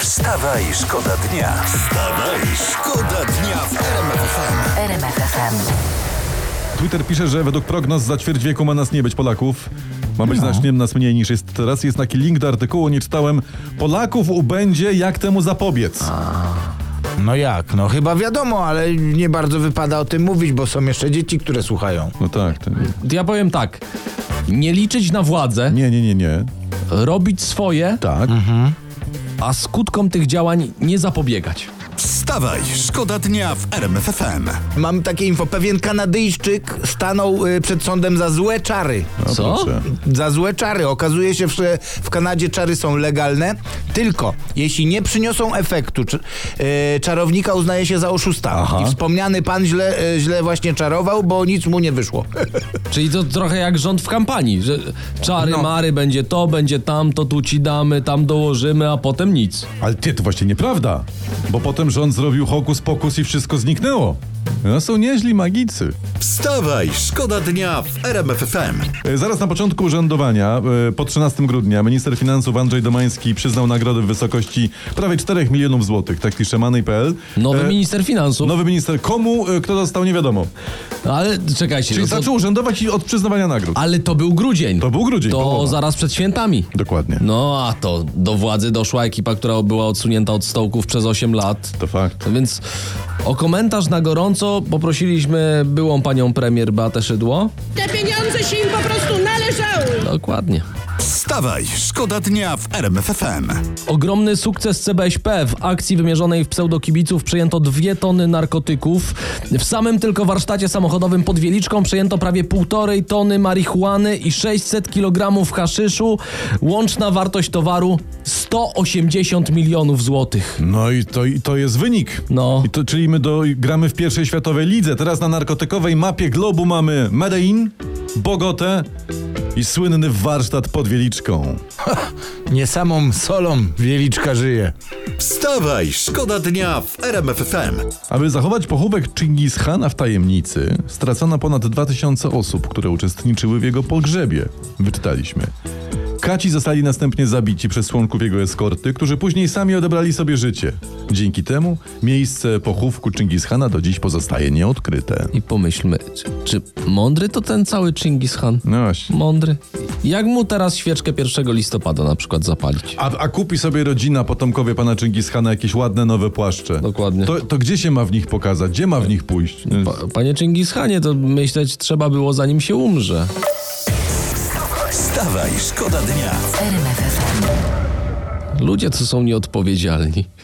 Wstawaj, szkoda dnia. Wstawaj, szkoda dnia w RMF FM. RMF FM. Twitter pisze, że według prognoz za ćwierć wieku ma nas nie być Polaków. Ma być znacznie nas mniej niż jest teraz. Jest taki link do artykułu, nie czytałem. Polaków ubędzie, jak temu zapobiec. No jak? No chyba wiadomo, ale nie bardzo wypada o tym mówić, bo są jeszcze dzieci, które słuchają. No tak. To nie. Ja powiem tak. Nie liczyć na władzę, nie, nie, nie, nie. robić swoje, Tak. a skutkom tych działań nie zapobiegać. Wstawaj, szkoda dnia w RMF FM. Mam takie info. Pewien Kanadyjczyk stanął y, przed sądem za złe czary. No Co? proszę. Za złe czary. Okazuje się, że w Kanadzie czary są legalne, tylko jeśli nie przyniosą efektu, czy, y, czarownika uznaje się za oszusta. Aha. I wspomniany pan źle, y, źle właśnie czarował, bo nic mu nie wyszło. Czyli to trochę jak rząd w kampanii, że czary, No. mary, będzie to, będzie tam, to tu ci damy, tam dołożymy, a potem nic. Ale ty, to właśnie nieprawda. Bo potem rząd zrobił hokus pokus i wszystko zniknęło. No są nieźli magicy. Wstawaj, szkoda dnia w RMF FM. E, Zaraz na początku urzędowania, e, po 13 grudnia, minister finansów Andrzej Domański przyznał nagrodę w wysokości prawie 4 milionów złotych. Tak pisze Money.pl. Nowy E, minister finansów. Nowy minister. Komu, e, kto dostał, nie wiadomo. Ale czekajcie. Czyli no to, zaczął urzędować i od przyznawania nagród. ale to był grudzień. To był grudzień, To połowa. zaraz przed świętami. Dokładnie. No a to do władzy doszła ekipa, która była odsunięta od stołków przez 8 lat. To fakt. No Więc o komentarz na gorąco poprosiliśmy byłą panią premier Beatę Szydło. Te pieniądze się im po prostu należały. Dokładnie. Wstawaj, szkoda dnia w RMF FM. Ogromny sukces CBŚP. W akcji wymierzonej w pseudokibiców przejęto dwie tony narkotyków. W samym tylko warsztacie samochodowym pod Wieliczką przejęto prawie półtorej tony marihuany i 600 kg haszyszu. Łączna wartość towaru 180 milionów złotych. No i to, i to jest wynik. No. I to, czyli my do, gramy w pierwszej światowej lidze. Teraz na narkotykowej mapie globu mamy Medellin, Bogotę i słynny warsztat pod Wieliczką. Nie samą solą wieliczka żyje. Wstawaj, szkoda dnia w RMF FM. Aby zachować pochówek Chingizhana w tajemnicy, stracono ponad 2000 osób, które uczestniczyły w jego pogrzebie. Wyczytaliśmy. Kaci zostali następnie zabici przez członków jego eskorty, którzy później sami odebrali sobie życie. Dzięki temu miejsce pochówku Chingizhana do dziś pozostaje nieodkryte. I pomyślmy, czy, czy mądry to ten cały Chingis Khan? No właśnie. Mądry. Jak mu teraz świeczkę 1 listopada na przykład zapalić? A, a kupi sobie rodzina, potomkowie pana Chingizhana jakieś ładne nowe płaszcze. Dokładnie. To, to gdzie się ma w nich pokazać? Gdzie ma w nich pójść? Pa, panie Chingishanie, to myśleć trzeba było zanim się umrze. Wstawaj, szkoda dnia. RMF FM. Ludzie, co są nieodpowiedzialni.